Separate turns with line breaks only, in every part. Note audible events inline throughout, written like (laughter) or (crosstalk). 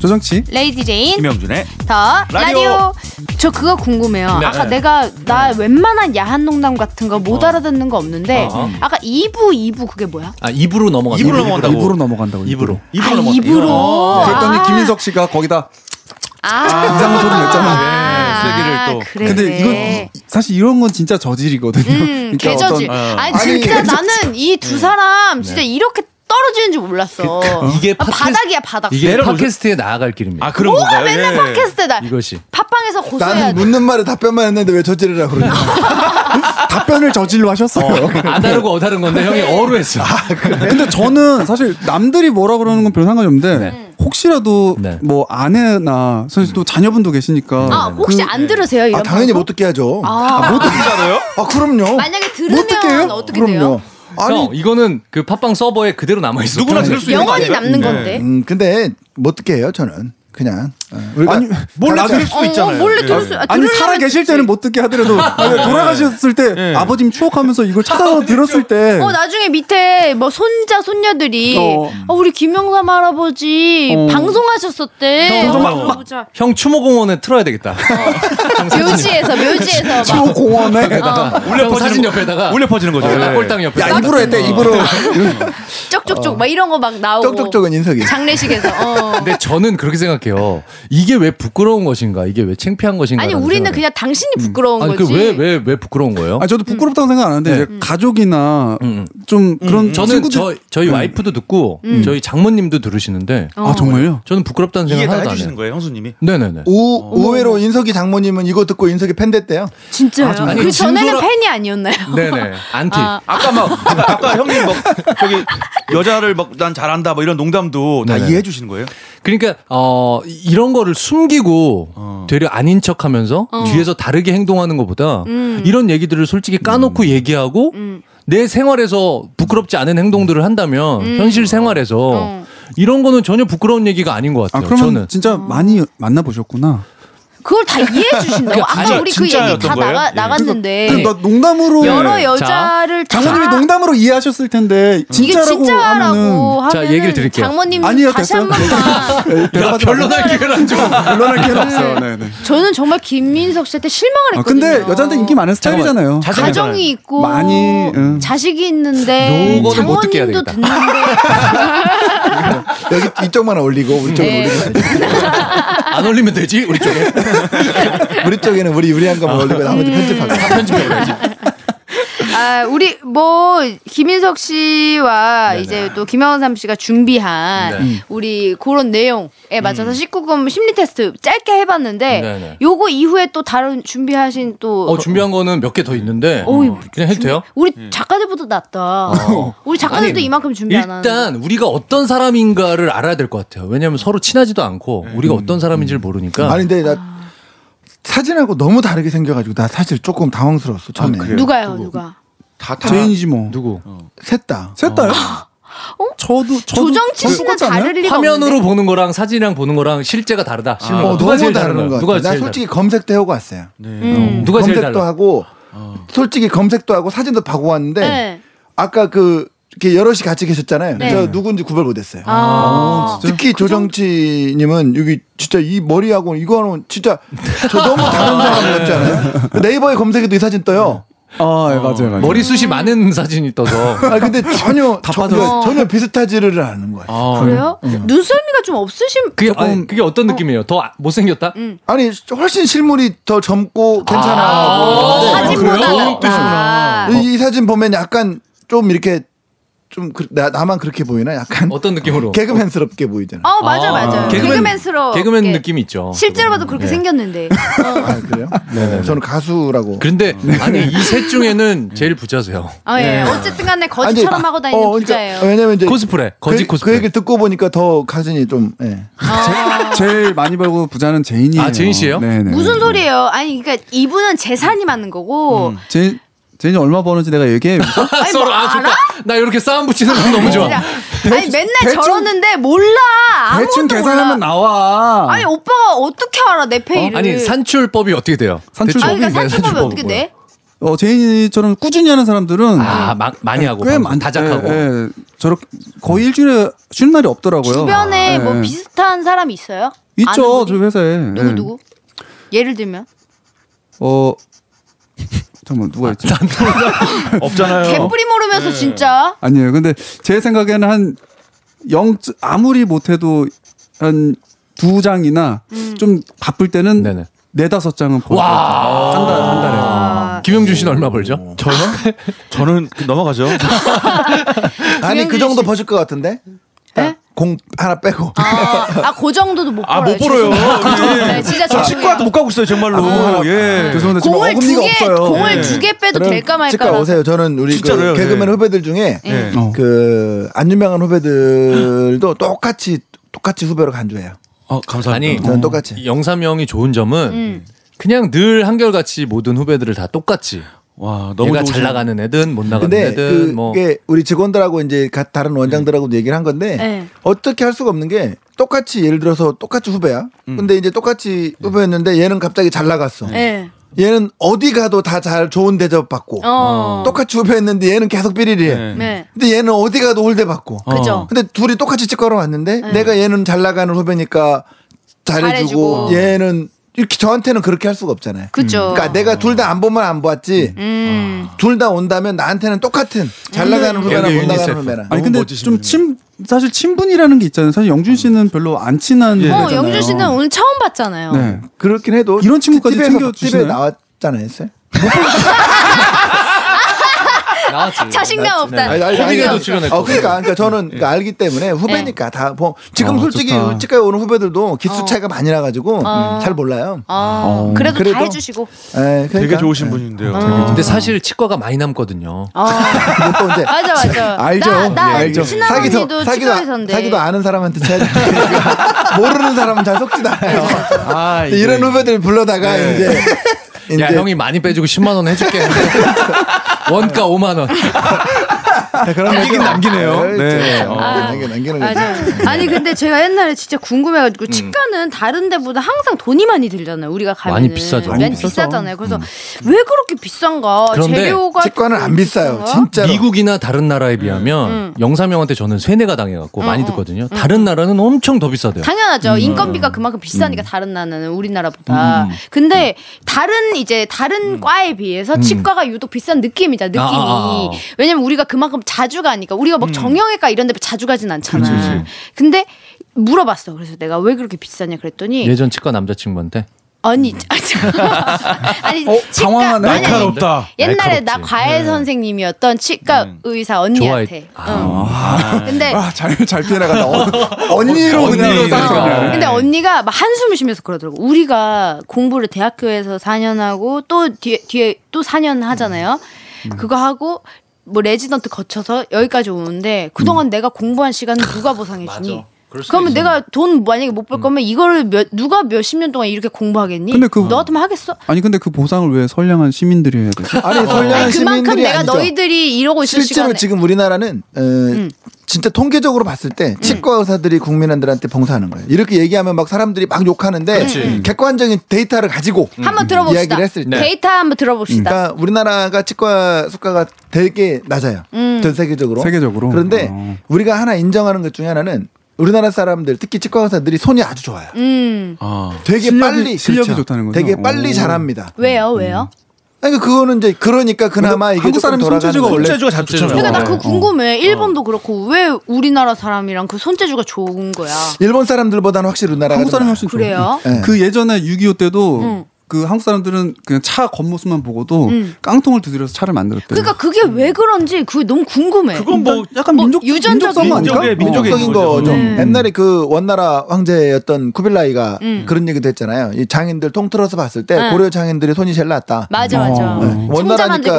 조정치
네.
레이디 제인
김영준의
더 라디오.
라디오.
저 그거 궁금해요.
네.
아까 내가 나 웬만한 야한 농담 같은 거 못
어.
알아듣는 거 없는데
어.
아까 2부 2부 그게 뭐야?
아뭐 입으로 넘어가.
입으로 넘어간다고.
입으로 넘어간다고
입으로.
아,
넘어가-
입으로.
어.
그랬더니 김인석 씨가 거기다
아,
이상한 소리 냈잖아.
예, 쐐기를 또.
그래.
근데 이건 이- 사실 이런 건 진짜 저질이거든요.
네. 음,
그러니까
개저질.
어떤-
어떤-
아니
아니,
진짜
개저질.
나는 이 두 사람 진짜 이렇게 떨어지는 줄 몰랐어.
이게
아,
팟캐스-
바닥이야 바닥.
이게
내려놓으세요.
팟캐스트에 나아갈 길입니다.
아 그런
뭐가
건가요?
맨날
예.
팟캐스트 날
이것이.
팟빵에서 고소해야
나는
돼.
묻는 말에 답변만 했는데 왜 저지르라
(laughs)
그러냐.
답변을 저질로 하셨어요.
안 아, 다르고 어다른 건데 형이
네.
어로
아,
했어.
근데 저는 사실 남들이 뭐라 그러는 건 별로 상관이 없는데
네.
혹시라도
네.
뭐 아내나 사실 또 자녀분도 계시니까 그
아 혹시 안 들으세요 이런
아, 당연히
방송?
못 듣게 하죠. 아,
아,
못 듣잖아요.
그럼요.
만약에
못 듣게 해요?
들으면 어떻게 돼요?
아니,
형 이거는 그 팟빵 서버에 그대로 남아 있어.
누구나 들을 수 있는 거
영원히
아니에요?
남는
네.
건데.
음, 근데 못 듣게 해요, 저는. 그냥. 어, 우리가-
아니
몰래
나중에-
들을 수도 네.
어,
있잖아요. 예.
몰래 들을 수. 아,
아니
들으려면
살아 계실
듣지.
때는 못 듣게
(laughs)
하더라도 아니, 돌아가셨을 때
네.
아버님 추억하면서 이걸 찾아서 들었을 때
어 나중에 밑에 뭐 손자 손녀들이
뭐- 어.
어, 우리 김영삼 할아버지
어.
방송하셨었대.
방송
어,
막- 막-
보자.
형 추모공원에 틀어야 되겠다.
묘지에서 어. 묘지에서 막.
공원에
아.
울려
형
퍼지는
사진
거-
옆에다가
울려 퍼지는 거죠.
어,
예.
꼴당 옆에.
야, 입으로 했대, 입으로.
쪽쪽쪽 막 이런 거 막 나오고
쪽쪽쪽은 인석이.
장례식에서 어.
근데 저는 그렇게 생각해요. 이게 왜 부끄러운 것인가? 이게 왜 창피한 것인가?
아니 우리는 그냥 당신이 부끄러운
아니
거지
그왜왜 왜 부끄러운 거예요?
(laughs) 아 저도 부끄럽다고 생각 안 하는데
네.
음.
이제 가족이나
음.
좀 그런
저는
친구들
저 저희 와이프도 듣고
음.
저희 장모님도
어.
들으시는데
아 정말요?
저는 부끄럽다는
이해
생각
다
하나도 안
해주시는
해요.
거예요, 형수님이.
네네네.
오, 의외로 인석이 장모님은 이거 듣고 인석이 팬 됐대요.
진짜요?
정말요? 음.
그
아니,
전에는
진솔한-
팬이 아니었나요?
네네. 안티.
아.
아까 막 아까, (laughs) 아까 형님 막 저기 여자를 막 난 잘한다 뭐 이런 농담도 다
네네.
이해해 주시는 거예요?
그러니까 어 이- 이런 거를 숨기고 되려 아닌 척하면서
어.
뒤에서 다르게 행동하는 것보다
음.
이런 얘기들을 솔직히 까놓고 얘기하고 내 생활에서 부끄럽지 않은 행동들을 한다면 현실 생활에서
음. 어.
이런 거는 전혀 부끄러운 얘기가 아닌 것
아
네,
같아요.
그러면
저는
진짜 많이 만나 보셨구나.
그걸 다 이해해 주신다고 아까
아니,
우리 그 얘기
진짜였던
다
거예요?
나가,
예.
나갔는데
그
네.
나 농담으로
여러
예.
여자를
그러니까
다
장모님이 농담으로 이해하셨을 텐데
이게
진짜라고 하면은
진짜라고 하면
자, 얘기를 드릴게요.
장모님
아니요,
다시 한
됐어요. (laughs)
번만
야, 별로날 기회를 안 줘.
물론할 게 없어요. 네, 네.
저는 정말 김민석 씨한테 실망을
아,
했거든요.
근데 여자한테 인기 많은 스타일이잖아요.
가정이 있고
많이, 응.
자식이 있는데
요거는 못 듣게 해야
장모님도
되겠다.
듣는데
여기 이쪽만 올리고, 우리 쪽은
네.
안 올리면 되지 우리 쪽에.
우리, 우리 쪽에는 우리 유리한 것만 올리고 나머지 편집하고.
아, 우리 뭐 김인석 씨와 이제 또 김영삼 씨가 준비한
네.
우리 그런 내용에 맞춰서 19금 심리 테스트 짧게 해봤는데
음. 네네.
요거 이후에 또 다른 준비하신 또
어 준비한 거는 몇 개 더 있는데
어이,
그냥 해도 돼요?
우리 작가들보다 낫다. 우리 작가들도
어. 아니,
이만큼 준비 안 하는.
일단 우리가 어떤 사람인가를 알아야 될 것 같아요. 왜냐하면 서로 친하지도 않고
네.
우리가
음.
어떤 사람인지를 모르니까.
아니, 근데 나 사진하고 너무 다르게 생겨가지고 나 사실 조금 당황스러웠어, 처음에.
누가요, 누가?
다 다.
제인이지 뭐.
누구? 어.
셋 다.
셋 다요? 저도 저도
어? 조정치
저도
씨는
똑같지 않아요?
다를 리가
화면으로
없는데.
보는 거랑 사진이랑 보는 거랑 실제가 다르다. 실물.
어,
누가
너무
제일 다른 거야?
다른 것
누가
같아. 나
제일
솔직히 검색도 해오고 왔어요.
다른 거야? 누가 제일
검색도
달라?
하고 솔직히 검색도 하고 사진도 보고 왔는데
네.
아까 그 이렇게 여럿이 같이 계셨잖아요.
네.
저 누군지 구별 못했어요.
아,
특히 조정치님은 여기 진짜 이 머리하고 이거는 진짜 저 너무 다른 사람 같잖아요. 그 네이버에 검색해도 이 사진 떠요.
아, 예, 맞아요, 맞아요.
머리숱이
음.
많은 사진이 떠서.
(laughs) 아 근데 전혀 그
빠졌어.
전혀, 전혀 비슷하지를 않은 거예요.
아,
그래요? 눈썰미가 좀 없으신
그게 아니, 그게 어떤 느낌이에요? 더 아- 못생겼다?
음.
아니 훨씬 실물이 더 젊고 괜찮아.
아,
보이는데
그래요?
어, 사진보다
그런
낫다.
이, 이 사진 보면 약간 좀 이렇게 좀 그- 나, 나만 그렇게 보이나 약간
어떤 느낌으로?
개그맨스럽게 보이잖아.
어 맞아 맞아
개그맨-
개그맨스러워
개그맨 느낌이 있죠.
실제로 봐도 그렇게
예.
생겼는데
아 그래요? 네. 저는 가수라고.
그런데
음.
아니 이 셋 중에는 제일 부자세요.
어, 예. 어쨌든 간에
아니, 이제-
거지처럼 하고 다니는
어, 그러니까
부자예요
왜냐면 이제
코스프레, 거지
그,
코스프레.
그 얘기를 듣고 보니까 더 가진이 좀.
(laughs)
예.
제일 많이 벌고 부자는 제인이에요.
아, 제인 씨예요?
네, 네.
아. 무슨 소리예요 아니 그러니까 이분은 재산이 많은 거고
제인 제인이 얼마 버는지 내가 얘기해.
아니,
(laughs) 서로
뭐
아 좋다. 나 이렇게 싸움 붙이는 거 너무 좋아.
진짜. 그렇죠. 아니 맨날
대충-
저러는데 몰라 아무것도
대충
몰라
계산하면 나와.
아니 오빠가 어떻게 알아 내 페이를
아니 산출법이 어떻게 돼요?
산출법?
그 아니, 그러니까
대충-
산출법이
네,
어떻게
뭐예요?
돼?
어, 제인이처럼 꾸준히 하는 사람들은
음.
아, 마- 많이 하고
꽤
방송
많,
다작하고
예, 예. 저렇게 거의 일주일에 쉬는 날이 없더라고요.
주변에
예,
뭐
예.
비슷한 사람 이 있어요?
있죠,
아는 분이?
저희 회사에.
누구
예.
누구? 예를 들면
어 잠깐만 누가 있지?
없잖아요.
개뿌리 모르면서 진짜
아니에요. 근데 제 생각에는 한 영, 아무리 못해도 한 두 장이나
음.
좀 바쁠 때는
네네.
네다섯 장은 벌
와.
한 달, 한 달에.
김영준 씨는 얼마
어.
벌죠? 저요?
저는 그 넘어가죠.
아니 그 정도 버실 것 같은데
예?
공 하나 빼고 (laughs)
아그 정도도 못 벌어요.
아, 못 벌어요.
죄송합니다.
예.
네, 진짜
저
죄송해요.
치과도 못 가고 있어요, 정말로.
아,
예.
네. 죄송한데 지금
공을
어금니가
두 개,
없어요.
공을
예.
두 개 빼도
저는
될까 말까.
치과 오세요. 저는 우리
진짜로요?
그 개그맨
네.
후배들 중에
예.
어.
그 안 유명한 후배들도 똑같이 똑같이 후배로 간주해요.
어, (laughs) 감사합니다. 음.
아니
저는 똑같이.
영삼형이 좋은 점은 그냥 늘 한결같이 모든 후배들을 다 똑같이
와, 너무
얘가
좋으신-
잘 나가는 애든 못 나가는
근데
애든
그게
아, 뭐
우리 직원들하고 이제 가- 다른 원장들하고도 얘기를 한 건데
네.
어떻게 할 수가 없는 게 똑같이 예를 들어서 똑같이 후배야. 근데 이제 똑같이 후배였는데 얘는 갑자기 잘 나갔어.
예.
얘는 어디 가도 다 잘 좋은 대접 받고
어.
똑같이 후배였는데 얘는 계속 삐리리해.
네.
근데 얘는 어디 가도 홀대 받고. 어.
그죠.
근데 둘이 똑같이 치과로 왔는데
네.
내가 얘는 잘 나가는 후배니까
잘해주고.
잘해주고 얘는 이렇게 저한테는 그렇게 할 수가 없잖아요.
그죠.
그러니까 내가 둘 다 안 보면 안 보았지.
음.
둘 다 온다면 나한테는 똑같은 잘 나가는 후배나
여기
못 나가는
유니세프.
후배나.
아니 근데 좀 친, 사실 친분이라는 게 있잖아요. 사실 영준 씨는 별로 안 친한.
예,
어,
분이잖아요.
영준 씨는 오늘 처음 봤잖아요.
네.
그렇긴 해도
이런 친구까지
TV에서
챙겨주시나요?
TV에 나왔잖아요, 쌤.
나왔지.
자신감 없다.
아니, 아니,
코믹에도
네. 아니.
출연했고.
어, 그러니까, 그러니까 저는 그러니까 알기 때문에 후배니까 다 뭐, 지금
어,
솔직히
좋다.
치과에 오는 후배들도 기수 차이가 많이 나가지고
어.
잘 몰라요.
아,
어.
그래도, 다
그래도-
해주시고.
에, 그러니까.
되게 좋으신
에.
분인데요.
음.
근데 사실 치과가 많이 남거든요.
아.
근데 또 이제
맞아, 맞아.
(laughs) 알죠.
나, 나
예, 알죠.
친한 언니도
사기도,
치과의사인데.
사기도 아는 사람한테 쳐야 되니까 모르는 사람은 잘 속지도 않아요.
아, 이거-
이런 후배들 불러다가 이제 이제
야 형이 많이 빼주고 10만 원 해줄게. (laughs) 원가 5만 원.
그런
남기긴 남기네요. 네. 어.
남기 남기는 거죠.
맞아요.
네.
아니 근데 제가 옛날에 진짜 궁금해가지고
음.
치과는 다른 데보다 항상 돈이 많이 들잖아요. 우리가 가면
많이 비싸죠.
많이
많이 음.
비싸죠.
비싸잖아요. 그래서 왜 그렇게 비싼가?
그런데
재료가
치과는 안 비싸요.
비싼가?
진짜로.
미국이나 다른 나라에
음,
비하면 영삼형한테 저는 세뇌가 당해갖고 많이 듣거든요. 다른 나라는 엄청 더 비싸대요.
당연하죠.
음.
인건비가 그만큼 비싸니까 다른 나라는 우리나라보다. 근데
음.
다른 이제 다른 과에 비해서 치과가 유독 비싼 느낌이다. 느낌이.
아, 아, 음. 아.
왜냐면 우리가 그만큼 자주 가니까 우리가 막 정형외과 이런 데 자주 가진 않잖아. 근데 물어봤어. 그래서 내가 왜 그렇게 비싸냐 그랬더니
예전 치과 남자친구한테
아니 (laughs) 아니
어,
치과
당황하네.
아니,
예.
아니,
날카롭다.
옛날에
날카롭지.
나 과외 선생님이었던 치과 의사 언니한테.
좋아했-
응. 근데
아잘잘 피해 나갔다.
(laughs)
어,
언니로
언니로
그냥
딱
싹
그냥.
근데 언니가 막 한숨을 쉬면서 그러더라고. 우리가 공부를 대학교에서 4년 하고 또 뒤에, 뒤에 또 4년 하잖아요.
음.
그거 하고 뭐 레지던트 거쳐서 여기까지 오는데 그동안 내가 공부한 시간은 누가 보상해 주니?
음. 그럴 수도
그러면
있어. 음.
내가 돈 만약에 못 벌 거면 이거를 몇, 누가 몇십 년 동안 이렇게 공부하겠니?
근데 그-
너 같으면 하겠어?
아니 근데 그 보상을 왜 선량한 시민들이 해야
(laughs)
되지?
아니 선량한
아니, 그만큼
네, 시민들이
내가
아니죠.
너희들이 이러고 있을
실제로
시간에 음.
지금 우리나라는 어, 진짜 통계적으로 봤을 때 치과 의사들이 국민한들한테 봉사하는 거예요. 이렇게 얘기하면 막 사람들이 막 욕하는데 객관적인 데이터를 가지고
음. 한번 들어봅시다.
음, 이야기를 했을 때
데이터 한번 들어봅시다.
그러니까 우리나라가 치과 수가가 되게 낮아요.
음.
전 세계적으로.
세계적으로?
그런데
어.
우리가 하나 인정하는 것 중에 하나는 우리나라 사람들 특히 치과 의사들이 손이 아주 좋아요.
음.
아.
되게
실력이-
빨리 그렇죠.
실력이 좋다는 거죠?
되게 빨리
오.
잘합니다.
왜요? 왜요?
그러니까 그거는 이제 그러니까 그나마 이게
한국
조금
사람이
돌아가는
손재주가
거죠.
원래
손재주가 잘 좋잖아요.
그러니까 나
어.
그거 궁금해. 일본도 그렇고 왜 우리나라 사람이랑 그 손재주가 좋은 거야?
일본 사람들보다는 확실히 우리나라가
한국 사람이
좀
훨씬 좋아요.
그래요?
네.
그 예전에 6.25 때도
응.
그 한국 사람들은 그냥 차 겉모습만 보고도
응.
깡통을 두드려서 차를 만들었대요.
그러니까 그게 왜 그런지 그게 너무 궁금해.
그건
음.
뭐
약간
뭐
민족
유전적-
민족성 아닌가?
민족의-
어.
민족의-
민족적인
민족인
거죠.
거죠.
네.
옛날에 그 원나라 황제였던 쿠빌라이가
음.
그런 얘기도 했잖아요. 이 장인들 통틀어서 봤을 때
네.
고려 장인들이 손이 제일 낫다.
맞아 맞아.
어.
어. 총장만 되고 막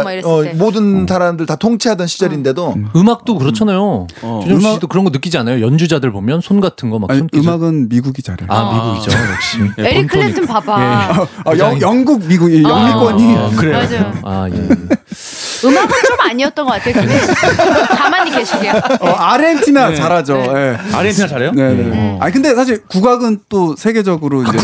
원나라니까
이랬을
어,
때.
모든 사람들 다 통치하던 시절인데도
음악도 그렇잖아요. 주정 씨도 그런 거 느끼지 않아요? 연주자들 보면 손 같은 거 막
아니,
손기술.
음악은 미국이 잘해.
어, 아, 미국이죠 역시.
예,
에릭 클랩튼 봐봐.
아, 영, 영국 미국 이 영미권이
아,
예, 그래요.
맞아요.
아 예.
음악은 좀 아니었던 것 같아요.
(laughs)
근데 가만히 계시게요.
어, 아르헨티나 잘하죠.
네.
예.
아르헨티나 잘해요?
네. 네. 아니 근데 사실 국악은 또 세계적으로 이제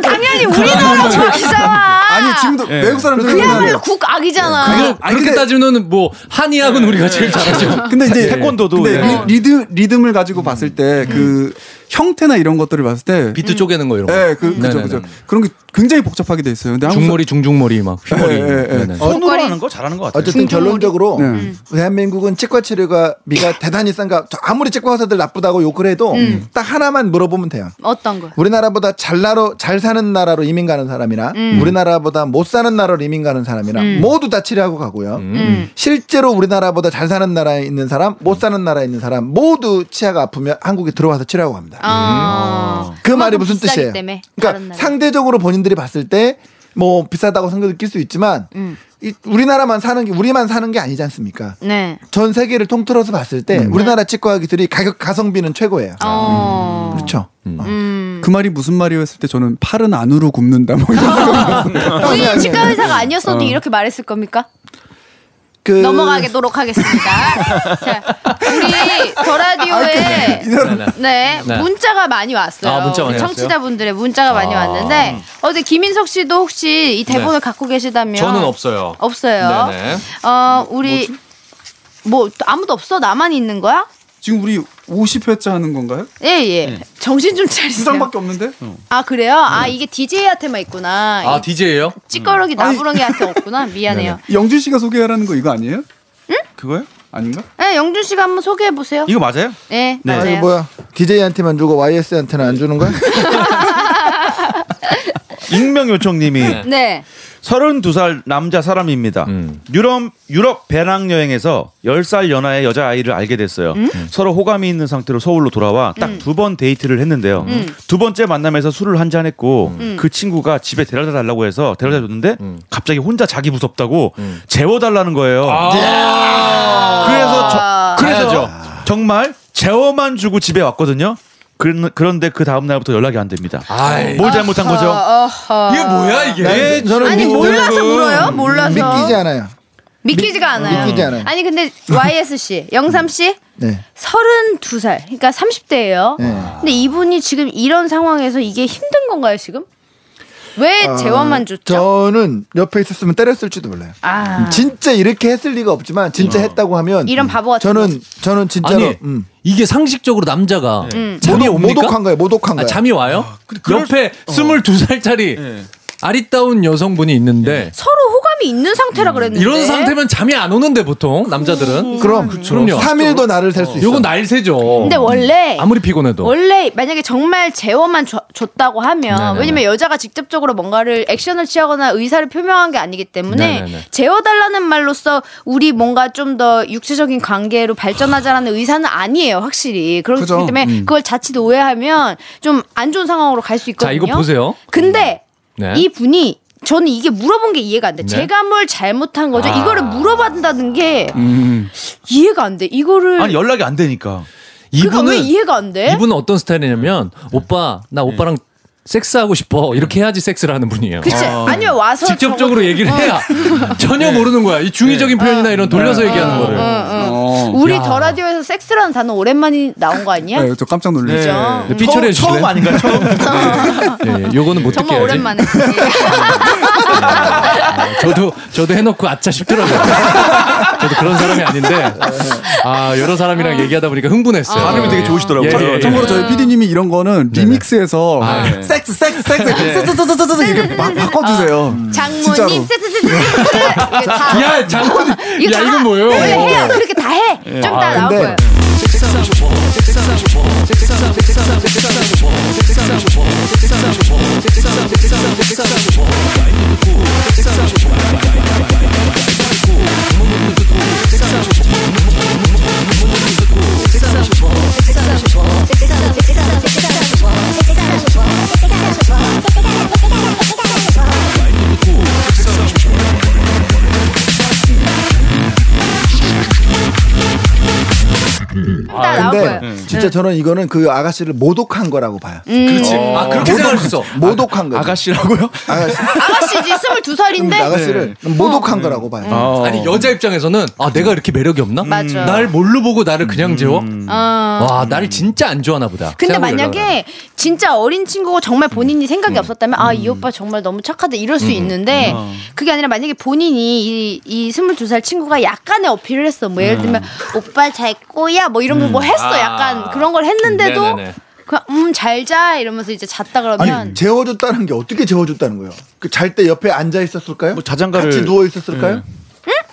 당연히 우리나라 국기잖아.
아니 지금도
예.
외국 사람들
그야말로 국악이잖아.
그걸 그렇게 따지면 뭐 한의학은 우리가 제일 잘하죠.
(laughs) 근데 이제
태권도도
근데
예.
리, 리듬 리듬을 가지고 봤을 때 그 형태나 이런 것들을 봤을 때
비트 쪼개는 거 이런 거.
예, 그, 그죠,
네네네.
그죠. 그런 게 굉장히 복잡하게 돼 있어요. 근데 한국
중머리 중중머리 막 휘머리.
예, 예, 예.
네네.
손으로
옷걸이.
하는 거 잘하는 것 같아요.
어, 어쨌든 결론적으로
네. 음.
대한민국은 치과 치료가 미가 대단히 싼가 저 아무리 치과 의사들 나쁘다고 욕을 해도
음.
딱 하나만 물어보면 돼요.
어떤
음.
거?
우리나라보다 잘 나로 잘 사는 나라로 이민 가는 사람이나
음.
우리나라보다 못 사는 나라로 이민 가는 사람이나 모두 다 치료하고 가고요.
음.
실제로 우리나라보다 잘 사는 나라에 있는 사람, 못 사는 나라에 있는 사람 모두 치아가 아프면 한국에 들어와서 치료하고 갑니다.
아.
그 말이 무슨
비싸기
뜻이에요?
때문에 다른
그러니까
나라.
상대적으로 본인들이 봤을 때 뭐 비싸다고 생각 느낄 수 있지만
음.
이 우리나라만 사는 게 우리만 사는 게 아니지 않습니까?
네.
전 세계를 통틀어서 봤을 때 우리나라 치과 기술이 가격 가성비는 최고예요.
어.
그렇죠.
그 말이 무슨 말이었을 때 저는 팔은 안으로 굽는다 뭐 이런
우리 치과 의사가 아니었어도 이렇게 말했을 겁니까?
그
넘어가도록
(laughs)
하겠습니다. 자, 우리 더
아,
라디오에
(laughs) 네네.
네,
네.
문자가 많이 왔어요.
아, 문자 많이
우리
왔어요?
청취자분들의 문자가 많이
아. 네.
왔는데 어제 김인석 씨도 혹시 이 대본을 갖고 계시다면
저는 없어요.
없어요.
네네.
어, 우리 뭐 아무도 없어? 나만 있는 거야?
지금 우리 50회차 하는 건가요?
예, 예.
음.
정신 좀 차리세요.
수상밖에 없는데?
어.
아, 그래요? 아, 이게 DJ한테만 있구나.
아
이
DJ예요?
찌꺼러기
아니.
나부렁이한테 없구나. 미안해요.
영준 씨가 소개하라는 거 이거 아니에요?
그거요?
아닌가?
예, 영준 씨가 한번 소개해 보세요.
이거 맞아요?
예,
네.
아,
맞아요.
이거 뭐야? DJ한테만 주고 YS한테는 안 주는 거야?
익명 요청님이
네.
32살 남자 사람입니다.
음.
유럽 유럽 배낭 여행에서 10살 연하의 여자 아이를 알게 됐어요. 서로 호감이 있는 상태로 서울로 돌아와 딱 두 번 데이트를 했는데요. 두 번째 만남에서 술을 한 잔 했고 그 친구가 집에 데려다 달라고 해서 데려다 줬는데 갑자기 혼자 자기 무섭다고 재워 달라는 거예요. 그래서 저, 그래서죠. 정말 재워만 주고 집에 왔거든요. 그런- 그런데 그 다음 날부터 연락이 안 됩니다.
아이.
뭘 잘못한 거죠?
어허.
이게 뭐야 이게?
네, 저는 음.
아니
믿-
몰라서 물어요? 몰라서
믿기지 않아요.
가 않아요.
믿기지 않아요.
아니 근데 YS 씨, 영삼 씨
네.
32살, 그러니까 30대예요.
네.
근데 이분이 지금 이런 상황에서 이게 힘든 건가요 지금? 왜 재원만 줬죠?
어, 저는 옆에 있었으면 때렸을지도 몰라요.
아,
진짜 이렇게 했을 리가 없지만 진짜 했다고 하면
이런 바보 같은
저는 저는 진짜로
어. 아니
음.
이게 상식적으로 남자가 잠이
모독,
옵니까?
모독한 거예요. 모독한
아,
거예요.
잠이 와요? 옆에 스물 22살짜리 아리따운 여성분이 있는데
서로 호감이 있는 상태라 그랬는데
이런 상태면 잠이 안 오는데 보통 남자들은
그럼
그럼요.
3일도 나를 셀 수 있어.
요건 날새죠.
음. 근데 원래
아무리 피곤해도
원래 만약에 정말 재원만 줘- 줬다고 하면
네네네.
왜냐면 여자가 직접적으로 뭔가를 액션을 취하거나 의사를 표명한 게 아니기 때문에
네네네.
재워달라는 말로써 우리 뭔가 좀 더 육체적인 관계로 발전하자라는 의사는 아니에요 확실히 그렇기
그죠.
때문에
음.
그걸 자칫 오해하면 좀 안 좋은 상황으로 갈 수
자
있거든요.
이거 보세요.
근데
네.
이 분이 저는 이게 물어본 게 이해가 안 돼.
네.
제가 뭘 잘못한 거죠?
아. 음.
이거를 물어본다는 게 이해가 안 돼. 이거를
아니 연락이 안 되니까.
그러니까 왜
이분은
이해가 안 돼?
이분은 어떤 스타일이냐면 오빠 나
음.
오빠랑 섹스하고 싶어 이렇게 해야지 섹스를 하는 분이에요.
그치? 아니면 와서
직접적으로 얘기를 해야
어.
전혀
네.
모르는 거야. 이 중의적인 표현이나 이런 돌려서 얘기하는 거를.
어.
우리 더 라디오에서 섹스라는 단어 오랜만에 나온 거 아니야?
네, 저 깜짝 놀랐어요.
그죠?
네, 피처리
처음, 처음
해주실래요?
아닌가요? 처음.
예, 예, 요거는 못 듣게
정말
해야지. (laughs) 네.
오랜만에.
아, 저도 저도 해놓고 아차 싶더라고요. (laughs) 저도 그런 사람이 아닌데 아 여러 사람이랑 얘기하다 보니까 흥분했어요.
반응이 되게 좋으시더라고요.
예, 예, 예.
참고로 저희 PD님이 이런 거는
네.
리믹스해서
아,
네.
섹스 섹스 섹스
네.
섹스 섹스 섹스 섹스 이렇게 막 바꿔주세요. 진짜로.
장모님 섹스 섹스 섹스. 이거 다.
야 장군 야 이건 뭐예요? 네. 아,
원래 해요. 그렇게 다 해. 좀 이따 나올
근데-
거예요. 딱
아,
나올 거예요.
근데 네.
네.
진짜 저는 이거는 그 아가씨를 모독한 거라고 봐요.
음.
아 그렇게 생각할 수 있어.
모독한 거예요.
아가씨라고요?
아가씨.
아가씨 이제 22살인데 어. 음.
아가씨를 모독한 거라고 봐요.
네.
아,
아니 여자 입장에서는 음. 아 내가 이렇게 매력이 없나?
맞아.
날 뭘로 보고 나를 그냥 재워?
어.
와 나를 진짜 안 좋아하나 보다. 음.
근데
생각을
만약에 진짜 어린 친구고 정말 본인이 생각이 없었다면 아 이 오빠 정말 너무 착하다 이럴
음,
수 있는데 그게 아니라 만약에 본인이 이, 이 22살 친구가 약간의 어필을 했어 뭐 예를 들면 오빠 잘 꼬야 뭐 이런 거 뭐 했어
음. 아.
약간 그런 걸 했는데도
네네네.
그냥 음잘 자 이러면서 이제 잤다
아니
그러면
재워줬다는 게 어떻게 재워줬다는 거예요? 그 잘 때 옆에 앉아 있었을까요?
뭐 자장가를-
같이 누워
네.
있었을까요?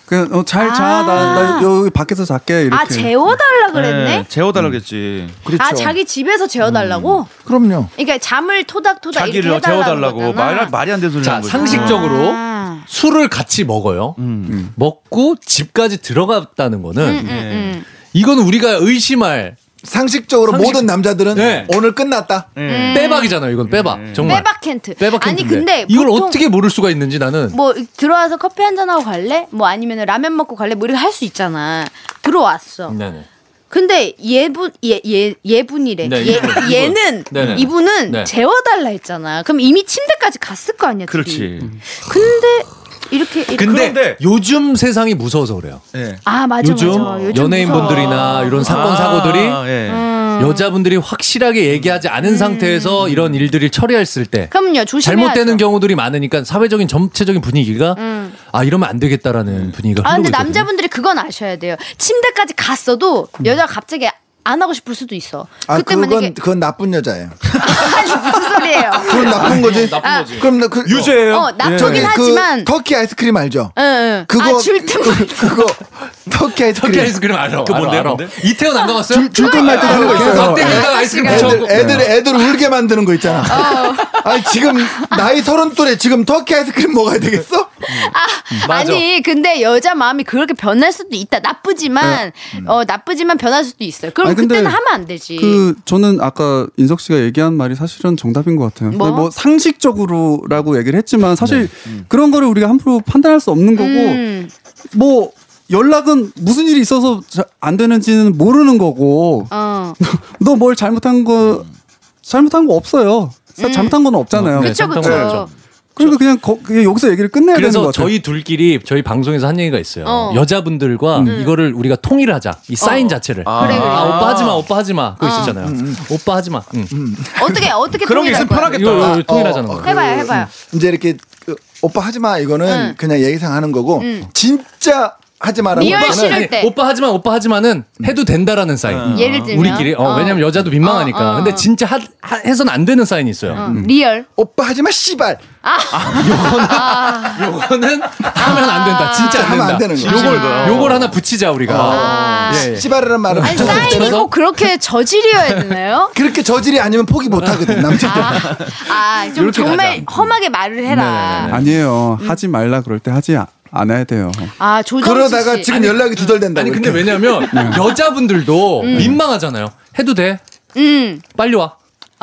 그냥 어, 잘 자. 나, 나 여기 밖에서 잘게 이렇게.
아 재워달라 그랬네
네, 재워달라겠지.
그렇죠.
아 자기 집에서 재워달라고
음.
그럼요.
그러니까 잠을 토닥토닥
자기를
이렇게 해달라고
재워달라고 말 말이 안 되는 소리
자
하는 거죠.
상식적으로
아.
술을 같이 먹어요. 음. 먹고 집까지 들어갔다는
음,
거는 이건 우리가 의심할
상식적으로
상식-
모든 남자들은
네.
오늘 끝났다.
빼박이잖아요. 이건 빼박
음.
정말.
빼박 캔트
빼박
아니
행태인데
근데
이걸
보통
어떻게 모를 수가 있는지 나는
뭐 들어와서 커피 한 잔 하고 갈래? 뭐 아니면 라면 먹고 갈래? 뭐 이렇게 할 수 있잖아. 들어왔어.
네네.
근데 얘분 예, 얘 얘 얘분이래.
네,
얘
이분, 이분.
얘는
네네.
이분은
네.
재워달라 했잖아. 그럼 이미 침대까지 갔을 거 아니야. 둘이.
그렇지.
근데 이렇게 이렇게
음, 근데
그런데-
요즘 세상이 무서워서 그래요.
예.
아 맞아
요즘,
맞아. 요즘 음.
연예인분들이나
무서워.
이런 사건 사고들이
아, 예.
여자분들이 확실하게 얘기하지 않은 상태에서 이런 일들이 처리했을
음.
때
그럼요 조심해야
잘못되는 경우들이 많으니까 사회적인 전체적인 분위기가 아 이러면 안 되겠다라는 분위기가
음. 아 근데
흘러오고 (laughs) 있거든요.
남자분들이 그건 아셔야 돼요. 침대까지 갔어도
음.
여자가 갑자기 안 하고 싶을 수도 있어.
아
그때
그건
만약에
그건 나쁜 여자예요.
아니, (laughs) 무슨 소리예요?
그건 나쁜 거지.
아,
그럼 나 그,
유죄예요.
어,
네.
어,
나쁘긴
저기 그
하지만
터키 아이스크림 알죠?
응, 응.
그거
아, 줄 틈.
(laughs) 그거 터키 아이스크림.
터키 아이스크림 알아.
그 뭔데요,
알아, 알아.
뭔데?
이태원 안 가봤어요? 아,
줄줄 말때 하는 거 있어요. 네.
그때 내가 아이스크림
애들,
붙여갖고
애들, 애들 울게 만드는 거 있잖아.
어.
(laughs) 아니, 지금, 나이 서른 또래 지금 터키 아이스크림 먹어야 되겠어? 음,
맞아.
아니 근데 여자 마음이 그렇게 변할 수도 있다. 나쁘지만
예, 음.
어 나쁘지만 변할 수도 있어요. 그럼
아니, 근데
그때는 하면 안 되지.
그 저는 아까 인석 씨가 얘기한 말이 사실은 정답인 것 같아요.
뭐?
근데 뭐 상식적으로라고 얘기를 했지만
네.
사실
음.
그런 거를 우리가 함부로 판단할 수 없는 거고
음.
뭐 연락은 무슨 일이 있어서 자- 안 되는지는 모르는 거고
어.
네,
너 뭘 잘못한 거 잘못한 거 없어요. 사- 잘못한 건 없잖아요.
음.
네,
그쵸
잠깐만요.
그쵸.
그러니까 그냥, 거- 그냥 여기서 얘기를 끝내야 되는 것
그래서
같아요.
저희 둘끼리 저희 방송에서 한 얘기가 있어요.
어.
여자분들과 이거를 우리가 통일하자. 이 사인 자체를.
그래, 그래.
아, 오빠 하지 마, 오빠 하지 마. 그거 있었잖아요. 오빠 하지 마. 응.
어떻게 어떻게
그런 게
통일할
있으면
거야?
편하겠다.
이거, 이거 아, 통일하자는
어,
거예요.
해봐요 해봐요.
이제 이렇게, 그, 오빠 하지 마. 이거는
응.
그냥 예의상 하는 거고, 진짜 하지 마라고.
리얼
오빠는
싫을 때.
오빠 하지만 오빠 하지만은 해도 된다라는 사인.
예를 들면
우리끼리. 어,
어.
왜냐면 여자도 민망하니까.
어, 어, 어.
근데 진짜 하, 하- 해선 안 되는 사인이 있어요.
어,
음.
리얼.
오빠 하지 마, 씨발!
요거는 하면 안 된다. 진짜
하면
안
안
된다.
되는 거야.
요걸 요걸 하나 붙이자 우리가. 예, 예.
씨발이라는 말을
아니
붙였을
사인이
때는
꼭 그렇게 저질이어야 되나요?
그렇게 저질이 아니면 포기 못 하거든, 남자들.
아, 아좀
이렇게
정말 험하게 말을
네,
해라.
아니에요.
음.
하지 말라 그럴 때 하지 아- 않아야 돼요.
아 조정
그러다가
씨.
지금 연락이 두절된다.
아니 근데 왜냐면 여자분들도 민망하잖아요. 해도 돼.
음.
빨리 와.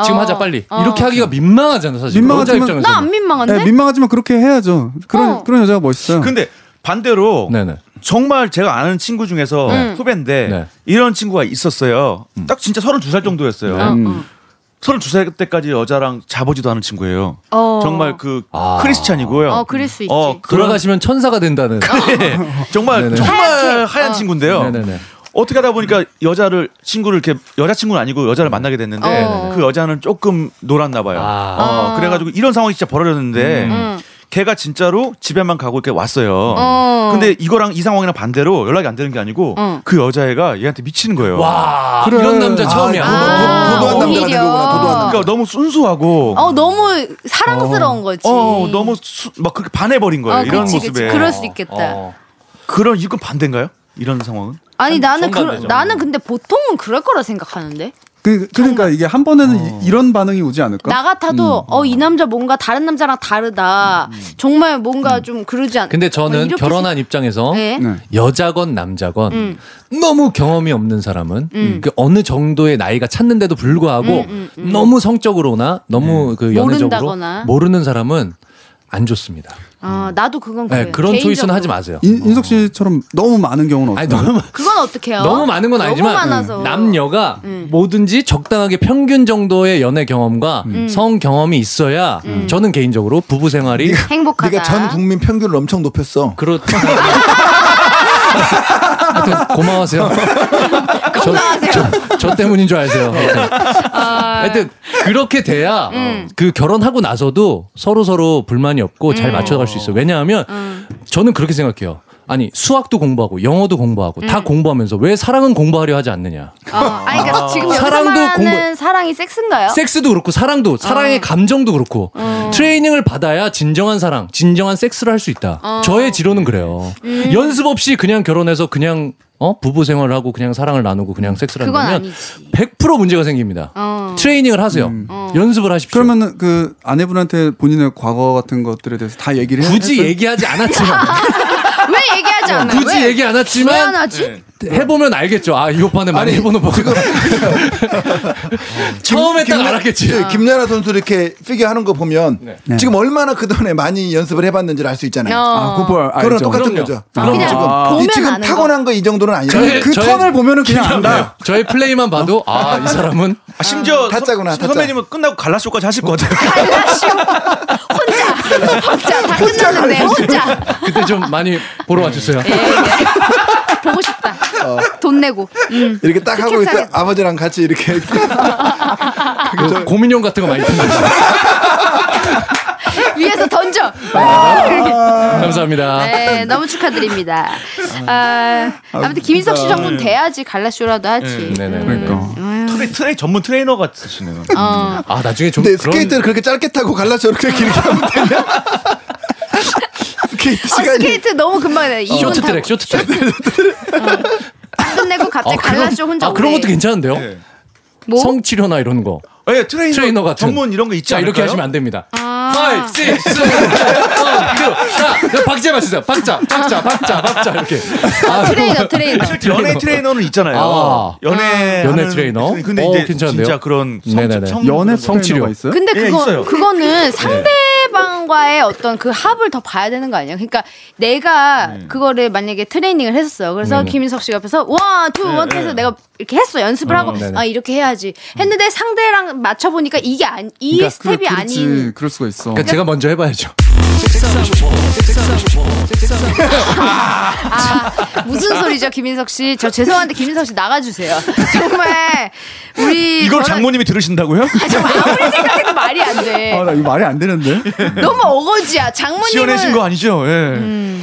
지금
어,
하자 빨리.
어.
이렇게 하기가 민망하잖아 사실. 여자
민망하지만-
입장에서.
나 안 민망한데?
네, 민망하지만 그렇게 해야죠. 그런
아, 어.
그런 여자가 멋있어요.
근데 반대로
네네.
정말 제가 아는 친구 중에서
음.
후배인데
네. 음.
이런 친구가 있었어요. 딱 진짜 32살 정도였어요.
음.
32살 때까지 여자랑 자보지도 않은 친구예요.
어.
정말 그
아.
크리스찬이고요.
어, 그럴 수 있지.
그런-
돌아가시면 천사가 된다는.
(laughs) 네. 정말
네네.
정말
어.
하얀 친구인데요.
네네네.
어떻게 하다 보니까 여자를 친구를 이렇게 여자 친구는 아니고 여자를 만나게 됐는데
어.
그 여자는 조금 놀았나 봐요.
아.
어, 그래가지고 이런 상황이 진짜 벌어졌는데
음.
걔가 진짜로 집에만 가고 이렇게 왔어요.
어.
근데 이거랑 이 상황이랑 반대로 연락이 안 되는 게 아니고
응.
그 여자애가 얘한테 미치는 거예요.
와
그래.
이런 남자
아,
처음이야.
그거
아,
도도한 남자가
오히려.
되는구나, 도도한 남자.
그러니까 너무 순수하고
어 너무 사랑스러운 거지.
어, 너무 수- 막 그렇게 반해버린 거예요.
어,
이런
그치,
모습에
그치. 그럴 수 있겠다.
뭐 어.
그런 이건 반대인가요? 이런 상황은?
아니 나는 그,
정반대죠.
나는 근데 보통은 그럴 거라 생각하는데
그, 그러니까 이게 한 번에는
어.
이- 이런 반응이 오지 않을까?
그러니까?
나
음.
같아도 어 이 남자 뭔가 다른 남자랑 다르다 정말 뭔가
음.
좀 그러지 않.
근데
어,
저는
이렇게
결혼한 입장에서
네. 음.
네.
여자건 남자건 너무 경험이 없는 사람은 그 어느 정도의 나이가 찼는데도 불구하고 너무 성적으로나 너무 그 연애적으로
음, 모른다거나.
모르는 사람은 안 좋습니다.
아, 나도 그건 그래요.
네, 그런 초이스는
개인적으로.
하지 마세요.
인, 인석 씨처럼 너무 많은 경우는
아니
어때요?
너무 많-
그건 어떡해요?
너무 많은 건 아니지만
너무 많아서. 음.
남녀가 뭐든지 적당하게 평균 정도의 연애 경험과
음.
성 경험이 있어야 저는 개인적으로 부부 생활이
행복하다.
네가 전 국민 평균을 엄청 높였어.
(laughs)
그렇다. 하여튼 고마워하세요.
(laughs) 건강하세요. 네.
저, 저 때문인 줄 아세요. 하여튼,
아, 음.
하여튼 그렇게 돼야 그 결혼하고 나서도 서로 서로 불만이 없고
음.
잘 맞춰갈 수 있어. 요 왜냐하면 저는 그렇게 생각해요. 아니 수학도 공부하고 영어도 공부하고
음.
다 공부하면서 왜 사랑은 공부하려 하지 않느냐.
어, 아니 그러니까 지금 여기서
사랑도
말하는
공부-
사랑이 섹스인가요? 어.
섹스도 그렇고 사랑도 사랑의 감정도 그렇고 트레이닝을 받아야 진정한 사랑, 진정한 섹스를 할 수 있다.
어.
저의 지론은 그래요.
음.
연습 없이 그냥 결혼해서 그냥 어 부부 생활을 하고 그냥 사랑을 나누고 그냥 섹스를
그건
한다면
아니지.
100% 문제가 생깁니다.
어.
트레이닝을 하세요. 연습을 하십시오.
음. 그러면은 그 아내분한테 본인의 과거 같은 것들에 대해서 다 얘기를 해요?
굳이
(laughs)
얘기하지 않았지만
왜 얘기하지 않아요?
굳이
아, 왜?
얘기 안
왜
했지만 네,
안 하지?
해보면 알겠죠. 아, 이 오빠는 많이 해보는 법. (laughs) 처음에 딱
김연-
알았겠지.
그-
저 김연아 선수 이렇게 피겨 하는 거 보면
네.
지금 얼마나 그동안에 많이 연습을 해봤는지를 알 수
네.
있잖아요.
어.
아, 그걸 알죠.
그거랑 똑같은
그럼요.
거죠.
그냥
지금
보면
이 지금
아는 거.
타고난 거 이 정도는 아니에요.
저의-
그
저의-
턴을 보면은 그냥
아,
안다.
저의 플레이만 봐도 아, 이 사람은
아, 심지어
다 짜구나, 다 짜.
선배님은 끝나고 갈라쇼까지 하실 것 같아요.
혼자 혼자 다 끝났는데 혼자
그때 좀 많이 보러 와주세요.
예, 예. 보고 싶다.
어.
돈 내고. 음.
이렇게 딱 하고 있어.
사겠다.
아버지랑 같이 이렇게
(laughs)
그 고민용 같은 거 많이 듣는
네.
거.
위에서 던져.
감사합니다.
네, 너무 축하드립니다. 아, 아무튼 김인석 씨 정도는 돼야지 갈라쇼라도 하지.
네네.
그러니까.
음.
(laughs) 트레, 트레 전문 트레이너 같으시네요.
어.
아 나중에 좀
근데
그런
스케이트를 그렇게 짧게 타고 갈라서 이렇게 길게 하면
(laughs)
되냐? 스케이트
어,
시간이
스케이트 너무 금방 해.
쇼트 트랙, 쇼트 트랙.
다 끝내고 갑자기
그런-
갈라쇼 혼자.
아 그런
오래.
것도 괜찮은데요.
뭐?
성치료나 이런 거.
예, 트레이너,
트레이너 같은.
전문 이런 거 있지
자
않을까요?
이렇게 하시면 안 됩니다.
아.
5, 6, 7, 8. 박자 맞추세요. 박자, 박자, 박자, 박자 이렇게. 아,
트레이너 트레이너.
실제 연애 트레이너는 있잖아요.
아.
연애 그
연애 트레이너?
근데
어,
이제
괜찮은데요?
진짜 그런
네네네.
성, 성
연애
성치료.
성치료가 그러니까 있어요?
근데
네,
예,
그거
있어요.
그거는 상대방과의 어떤 그 합을 더 봐야 되는 거 아니에요? 그러니까 내가
네.
그거를 만약에 트레이닝을 했었어요. 그래서 김인석 씨가 옆에서 원투원 해서 내가 이렇게 했어 연습을 하고
네, 네네.
아 이렇게 해야지 했는데 상대랑 맞춰 보니까 이게 안, 이
그러니까
스텝이
그- 그렇지.
아닌
그럴 수가 있어.
그러니까 제가 먼저 해봐야죠.
아 무슨 소리죠 김인석 씨? 저 죄송한데 김인석 씨 나가주세요. 정말 우리
이걸
저는-
장모님이 들으신다고요?
아, 정말
(laughs)
아무리 생각해도 말이 안 돼.
아, 나 이거 말이 안 되는데.
아, 네.
너무 어거지야. 장모님은
지어내신 거 아니죠? 예.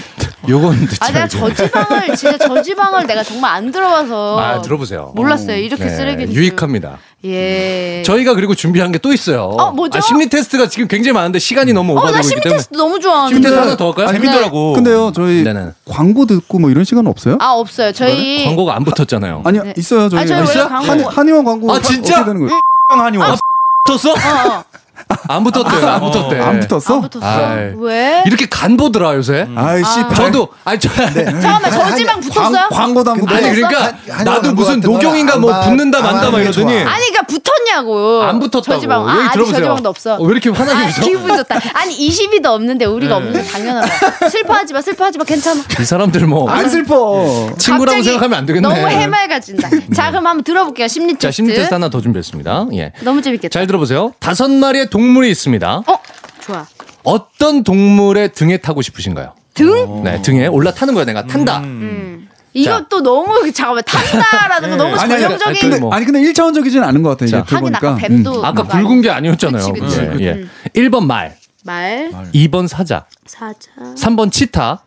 요건 듣지
아, 내가
말고.
저지방을 진짜 저지방을 내가 정말 안 들어봐서
아, 들어보세요.
몰랐어요. 이렇게
네,
쓰레기
유익합니다.
예.
저희가 그리고 준비한 게 또 있어요.
어, 뭐죠?
아, 심리 테스트가 지금 굉장히 많은데 시간이 너무
어, 나
오버되고
심리
있기 때문에.
테스트 너무 좋아하는데.
심리 테스트 하나 더 할까요?
재밌더라고.
근데요, 저희
어. 네네.
광고 듣고 뭐 이런 시간 없어요?
아, 없어요. 저희
광고가 안 붙었잖아요.
아니요, 있어요. 저희
아, 저희
아,
원래
있어요?
광고
한, 한의원 광고
아,
하-
진짜?
어떻게 되는 거예요?
한의원.
붙었어?
어,
(laughs) 안 붙었대요. 안 붙었대.
안 붙었어?
안 붙었어.
아이. 예.
왜?
이렇게 간 보더라 요새.
아이씨, 네.
저도 아니 저
잠깐만.
아니,
저지방
아니,
붙었어요?
광고도 안
아니
붙었어.
그러니까
한- 한의원
나도
간것
무슨
같은 거는
녹용인가
안
뭐
봐-
붙는다
안
만다 막
하는 게
이러더니
좋아.
아니, 그러니까 붙었냐고.
안 붙었다고.
저지방. 아,
여기
아직
들어보세요.
저지방도 없어.
어, 왜 이렇게 네. 화나게
아,
웃어?
기분 좋다. 아니, 20이도 없는데 우리가 없는 게 당연하다. 슬퍼하지 마, 슬퍼하지 마, 괜찮아.
이 사람들 뭐
안 슬퍼.
친구라고
갑자기
생각하면 안 되겠네.
너무
(laughs)
해맑아진다. 자, 그럼 한번 들어볼게요. 심리 테스트.
자 심리 테스트 하나 더 준비했습니다. 예.
너무 재밌겠다.
잘 들어보세요. 다섯 마리의 동물이 있습니다.
어, 좋아.
어떤 동물의 등에 타고 싶으신가요?
등?
네, 등에 올라타는 거야 내가 탄다.
음. 이것도 너무 잠깐만 탄다라는 거 너무
아니, 아니,
전형적인
네. 아니,
근데,
뭐.
아니, 근데 1차원적이진 않은 것 같아요. 이게
자.
하긴
들어보니까. 음,
아까 뱀도
아까
그거
굵은 게
아니야?
아니었잖아요.
그치, 그치. 음.
예, 예. 1번 말,
말
2번 사자,
사자
3번 치타,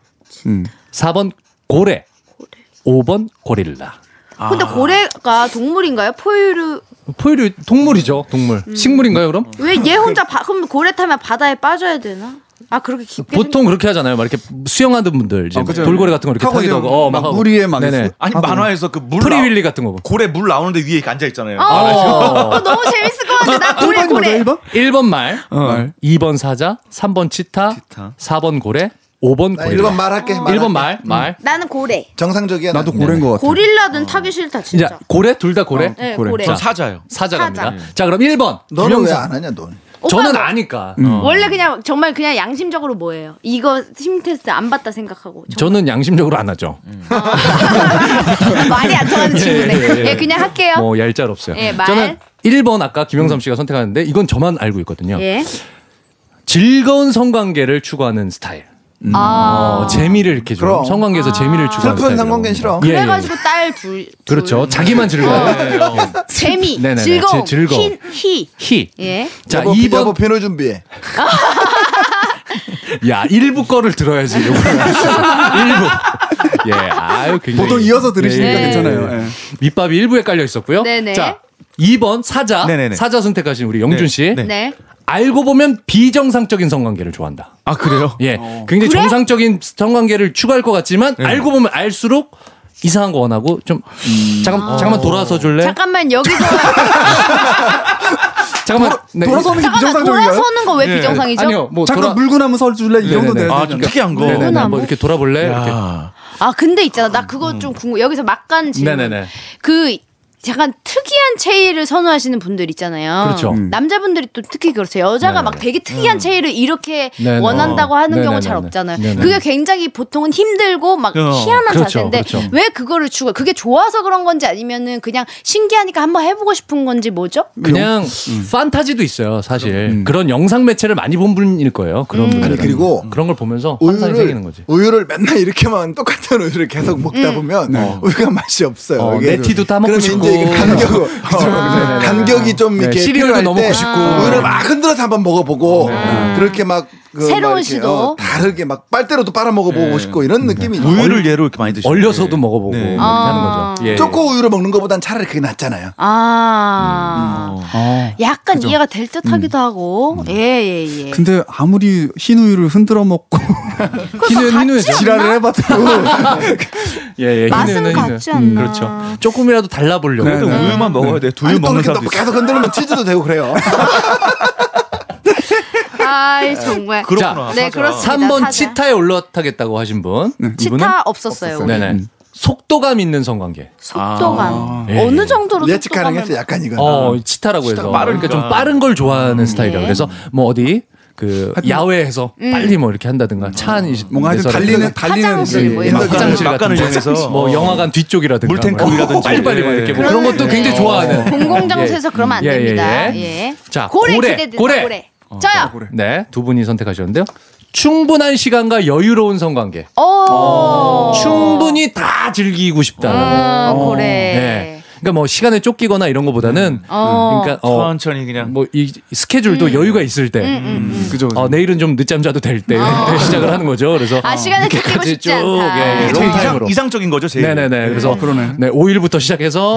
음.
4번 고래, 5번 고릴라.
근데 고래가 동물인가요? 포유류
포유류 동물이죠, 동물.
음.
식물인가요, 아, 그럼?
왜 얘 혼자 바, 그럼 고래 타면 바다에 빠져야 되나? 아 그렇게 깊게
보통 그렇게 하잖아요. 막 이렇게 수영하던 분들 이제
아, 그죠.
돌고래 같은 거 이렇게
하고
타기도
이제
하고 어, 막
막
하고.
무리에 막
네네.
있어.
아니
하고.
만화에서 그물
프리윌리 같은 거.
고래 물 나오는데 위에 이렇게 앉아 있잖아요.
생각- 어, 어, 너무 재밌을 것 같아. 나 고래
1번인
고래.
거죠, 1번?
1번 말,
말.
2번 사자, 3번 치타,
치타.
4번 고래, 5번
나
고릴라.
1번
어.
말할게. 말할게.
1번 말, 말.
나는 고래.
정상적이야.
나도
나는.
고래인 것 같아.
어.
고릴라는 타기 싫다
이제
진짜.
음. 어, 고래 둘 다 고래.
네,
고래.
고래.
전 사자요.
사자
사자.
갑니다. 자, 그럼 1번.
너는
유명사.
왜 안 하냐 넌?
저는
뭐-
아니까.
원래 그냥 정말 그냥 양심적으로 뭐예요? 이거 힘 테스트 안 받다 생각하고 정말
저는 양심적으로 안 하죠.
많이 안 통하는 친구네. 예,
(laughs) 예, 예, 예.
그냥 할게요.
뭐 얄짤 없어요.
예, 말.
저는 1번 아까 김영삼 씨가 선택하는데 이건 저만 알고 있거든요.
예.
즐거운 성관계를 추구하는 스타일.
아.
어, 재미를 이렇게 좀
그럼.
성관계에서 재미를 추구하는
슬픈
스타일.
상관계는 싫어.
예, 예.
그래가지고 딸 둘. 둘.
그렇죠. 자기만 즐거워요.
재미,
네네네.
즐거움,
제- 즐거움.
히, 히.
히.
예.
자,
여보,
2번.
여보 비누 준비해.
야, 일부 거를 들어야지. 요거. 일부. 예, 아유, 굉장히.
보통 이어서 들으시니까
예, 예, 예.
괜찮아요. 예.
밑밥이 일부에 깔려 있었고요.
네네.
자, 2번 사자.
네네네.
사자 선택하신 우리 영준
네.
씨.
네.
네.
알고 보면 비정상적인 성관계를 좋아한다.
아 그래요?
예.
어.
굉장히
그래?
정상적인 성관계를 추구할 것 같지만
네.
알고 보면 알수록 이상한 거 원하고 좀 음, 잠깐 잠깐만 돌아서 줄래?
잠깐만
(laughs)
여기서
잠깐만. 네. (laughs)
돌아서는 게
잠깐만
비정상적인가요?
돌아서는 거 왜
예.
비정상이죠?
아니요. 뭐
잠깐
돌아
물구나무 설 줄래 이 정도
네네네.
돼야
아,
되잖아요.
좀 특이한 거.
네네네.
물구나무?
뭐 이렇게 돌아볼래? 이렇게.
아.
아 근데 있잖아 나 그거 좀 궁금 여기서 막간 질문
음. 네네네.
그 약간 특이한 체위를 선호하시는 분들 있잖아요
그렇죠. 음.
남자분들이 또 특히 그렇죠 여자가
네네.
막 되게 특이한 체위를 이렇게
네네. 어.
원한다고 하는
네네네네.
경우 잘 없잖아요
네네.
그게 굉장히 보통은 힘들고 막
어,
희한한
그렇죠,
자세인데
그렇죠.
왜 그거를 추구 그게 좋아서 그런 건지 아니면은 그냥 신기하니까 한번 해보고 싶은 건지 뭐죠
그냥 판타지도 있어요, 음. 사실. 음. 그런 영상 매체를 많이 본 분일 거예요. 그런 분들.
아니, 그리고
그런 걸 보면서 환상이 생기는
우유를
거지.
우유를 맨날 이렇게만 똑같은 우유를 계속
음.
먹다 보면 우유가 맛이 없어요.
네. 어,
이게.
네티도 따먹고
그러면
싶고.
이제 그 간격 (laughs) 어, 간격이 좀
네,
이렇게
시리얼도
필요할
너무
때
먹고 네. 싶고.
우유를 막 흔들어서 한번 먹어보고 그렇게 막 그,
새로운
막 이렇게,
시도.
어, 다르게 막 빨대로도 빨아 먹어보고
네.
싶고 이런 느낌이죠.
우유를 예로 이렇게 많이
(laughs)
드시죠.
얼려서도 먹어보고
네.
이렇게
아.
하는 거죠. 예.
초코 우유를 먹는 것보단 차라리 그게 낫잖아요.
음,
아
어.
약간 이해가 될 듯하기도
음.
하고 예예예
근데 아무리 흰 우유를 흔들어 먹고
흰우유는 흰우유죠.
지랄을 해봐도
어,
예, 예.
맛은
흰우유는 흰우유.
같지 않나.
그렇죠. 조금이라도 달라보려고.
네, 네.
우유만 먹어야 돼. 두유
아니 또
먹는
이렇게 또
사람도 있어.
계속 흔들면 치즈도 되고 그래요.
아이 정말
그렇구나.
네,
사자.
그렇습니다.
3번
사자.
치타에 올라타겠다고 하신 분. 이분은
치타 없었어요. 우리.
네네. 속도감 있는 성관계.
속도감
예.
어느 정도로
예측
속도감을
가능했어 약간 이건.
어, 치타라고 해서.
치타가 빠르니까.
그러니까 좀 빠른 걸 좋아하는 스타일이라
예.
그래서 뭐 어디 그 야외에서 빨리 뭐 이렇게 한다든가 차 안이
뭔가 하여튼 달리는 달리는
화장실
예,
뭐
예.
이런
옛날
거.
화장실
막간을
같은 데
이용해서.
뭐 영화관 뒤쪽이라든가
물탱크라든지. 어.
빨리 빨리 막 이렇게 뭐 그런 것도 굉장히 좋아하는
(laughs) 공공장소에서 그러면 안
예, 예,
됩니다.
예.
예.
자,
고래
고래,
기대된다. 고래.
고래.
저요.
네, 두 분이 선택하셨는데요. 충분한 시간과 여유로운 성관계. 어,
오.
충분히 다 즐기고 싶다라고.
어, 고래.
네. 그러니까 뭐 시간에 쫓기거나 이런 것보다는
어. 음.
그러니까 어,
천천히 그냥 음,
뭐 이 스케줄도 여유가 있을 때
그죠.
어, 내일은 좀 늦잠 자도 될 때 (laughs) 시작을 하는 거죠. 그래서
어. 아, 시간을 쫓기고
이렇게까지
싶지
쭉,
않다.
예, 예,
이상,
롱타임으로.
이상적인 어, 거죠, 제.
네네네. 그래서
그러네.
네, 5일부터 시작해서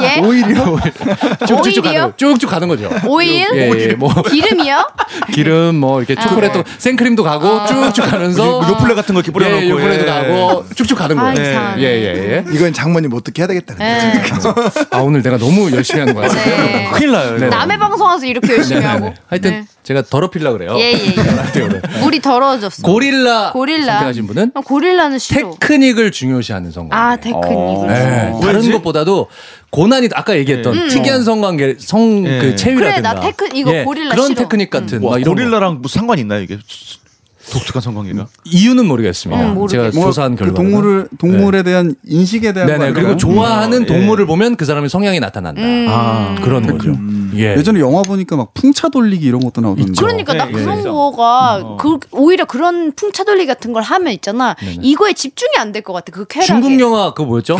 예. 예.
오히려
(laughs) 오일이요?
쭉쭉 가는 쭉쭉 가는 거죠.
오일.
예, 예, 뭐
기름이요?
기름 뭐 이렇게
아,
초콜릿도
네.
생크림도 가고 쭉쭉 가면서
요플레 같은 거 이렇게 뿌려놓고.
예, 요플레도
예.
가고 쭉쭉 가는
아,
거예요.
이상하네.
예, 예, 예.
이건 장모님 못 듣게 해야 되겠다. 근데.
예.
아, 오늘 내가 너무 열심히 한 거야.
네.
큰일 나요. 이거.
남의 방송 와서 이렇게 열심히 하고.
하여튼
네.
제가 더럽힐라 그래요.
예, 예, 예.
오늘.
물이 더러워졌어.
네. 고릴라
고릴라.
선택하신 분은
어, 고릴라는 싫어.
테크닉을 중요시하는 성관.
아, 테크닉.
예, 다른 것보다도 고난이 아까 얘기했던 특이한 성관계 성 그
예.
음.
체위라든가
그래,
예.
나 테크- 이거 고릴라
그런
싫어.
테크닉 같은
와,
막 이런 거.
고릴라랑 뭐 상관 있나요, 이게? 독특한 성관계가?
이유는 모르겠습니다.
음, 모르겠어요.
제가
뭔가
조사한
그
결과
동물을 동물에 대한 인식에 대한
네네
거
그리고
아닐까요?
좋아하는
음, 예.
동물을 보면 그 사람의 성향이 나타난다.
음.
아, 그런 거죠. 예.
예전에 영화 보니까 막 풍차 돌리기 이런 것도 나오던데.
그러니까 나
네, 음, 어.
그런
그래서.
거가 그, 오히려 그런 풍차돌리 같은 걸 하면 있잖아 이거에 집중이 안 될 것 같아 그 쾌락에
네, 중국 영화 그거 뭐였죠?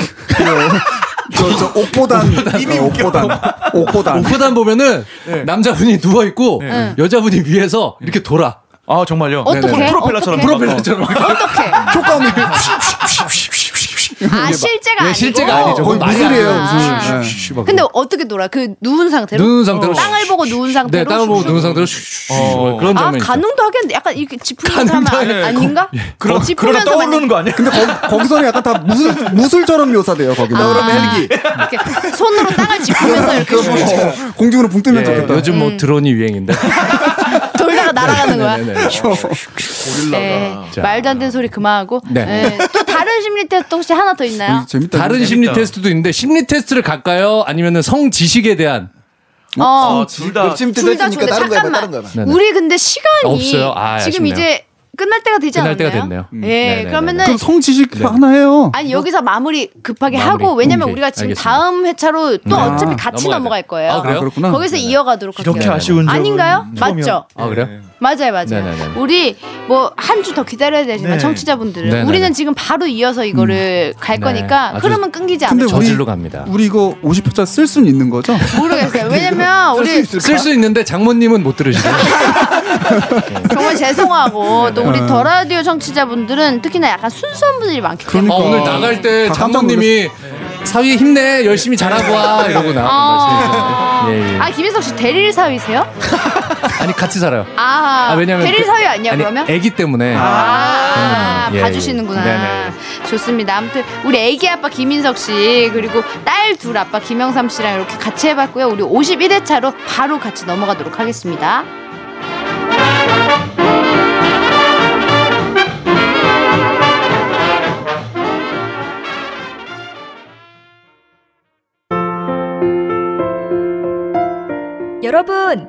저, 저 옥보단 (laughs) 이미 옥보단 옥보단 어.
오프단 뭐 보면은
네.
남자분이 누워 있고
네.
여자분이 위에서 이렇게 돌아.
아, 정말요?
어떡해?
네네.
프로펠러처럼.
어떡해?
프로펠러처럼. (laughs)
어떻게
효과음이
아 실제가
예,
아니고
실제가 아니죠.
거의
말이 안
무술이에요,
나와.
무술.
슉,
예.
슉, 슉 막.
아, 근데 어떻게 놀아 그 누운 상태로
누운 상태로
땅을 보고 누운
네,
상태로
땅을 보고
슉슉.
누운 상태로 슉슉
어.
그런
아
장면이 있죠.
가능도 하겠는데 약간 이렇게 짚으면서 하면
가능도 예,
안-
하겠-
아닌가
그러, 그러다
짚으면서
떠오르는 거 아니야?
근데 거, 거기서는 약간 다 무술 무술처럼 묘사돼요
아.
거기는
아,
헬기 이렇게 손으로 땅을 짚으면서 이렇게
어, 공중으로 붕 뜨면
예,
좋겠다
요즘 뭐 드론이 유행인데.
돌다가 음. 날아가는 거야
네네네.
네. 말도 안 되는 소리 그만하고
네.
네. 또 다른 심리 테스트 혹시 하나 더 있나요?
재밌다
다른
이거.
심리
재밌다.
테스트도 있는데 심리 테스트를 갈까요? 아니면은 성 지식에 대한
어.
둘다
욕심
둘 다
뜯었으니까
좋은데
다른 거 해봐
잠깐만.
다른 거 해봐.
네네.
우리 근데 시간이
없어요. 아,
지금
아쉽네요.
이제 끝날 때가 되지
끝날 때가
않았나요?
됐네요. 음.
예.
네네네.
그러면은
그럼 성지식 하나 해요.
아니 여기서 마무리 급하게
마무리.
하고 왜냐면
오케이,
우리가 지금
알겠습니다.
다음 회차로 또
네.
어차피
아,
같이
넘어가야
넘어갈
돼.
거예요.
아, 그래요?
그렇구나.
거기서 이어가도록 할게요.
이렇게 아쉬운 점은
아니고요?
처음이야.
맞죠?
아, 그래요?
맞아요, 맞아요.
네네네.
우리 뭐 한 주 더 기다려야 되지만
네.
청취자분들은
네네네.
우리는 지금 바로 이어서 이거를 갈
네.
거니까
아주-
흐름은 끊기지
근데
않을
우리-
저질로 갑니다.
우리 이거 50회차 쓸 수는 있는 거죠?
모르겠어요. 왜냐면 우리
쓸 수 있는데 장모님은 못 들으시고.
정말 죄송하고 또
음.
우리 더 라디오 청취자분들은 특히나 약간 순수한 분들이 많기 때문에
아, 오늘 나갈 때
다 깜짝
장모님이 사위 힘내 열심히 잘하고 와 이러고 나.
아,
예, 예.
아 김인석 씨 대릴 사위세요?
아니 같이 살아요.
아,
아 왜냐면
대릴
그-
사위 아니야
아니,
그러면?
애기 때문에.
아,
예, 예.
봐주시는구나.
네네.
좋습니다. 아무튼 우리 애기 아빠 김인석 씨 그리고 딸 둘 아빠 김영삼 씨랑 이렇게 같이 해봤고요. 우리 51회 차로 바로 같이 넘어가도록 하겠습니다.
여러분,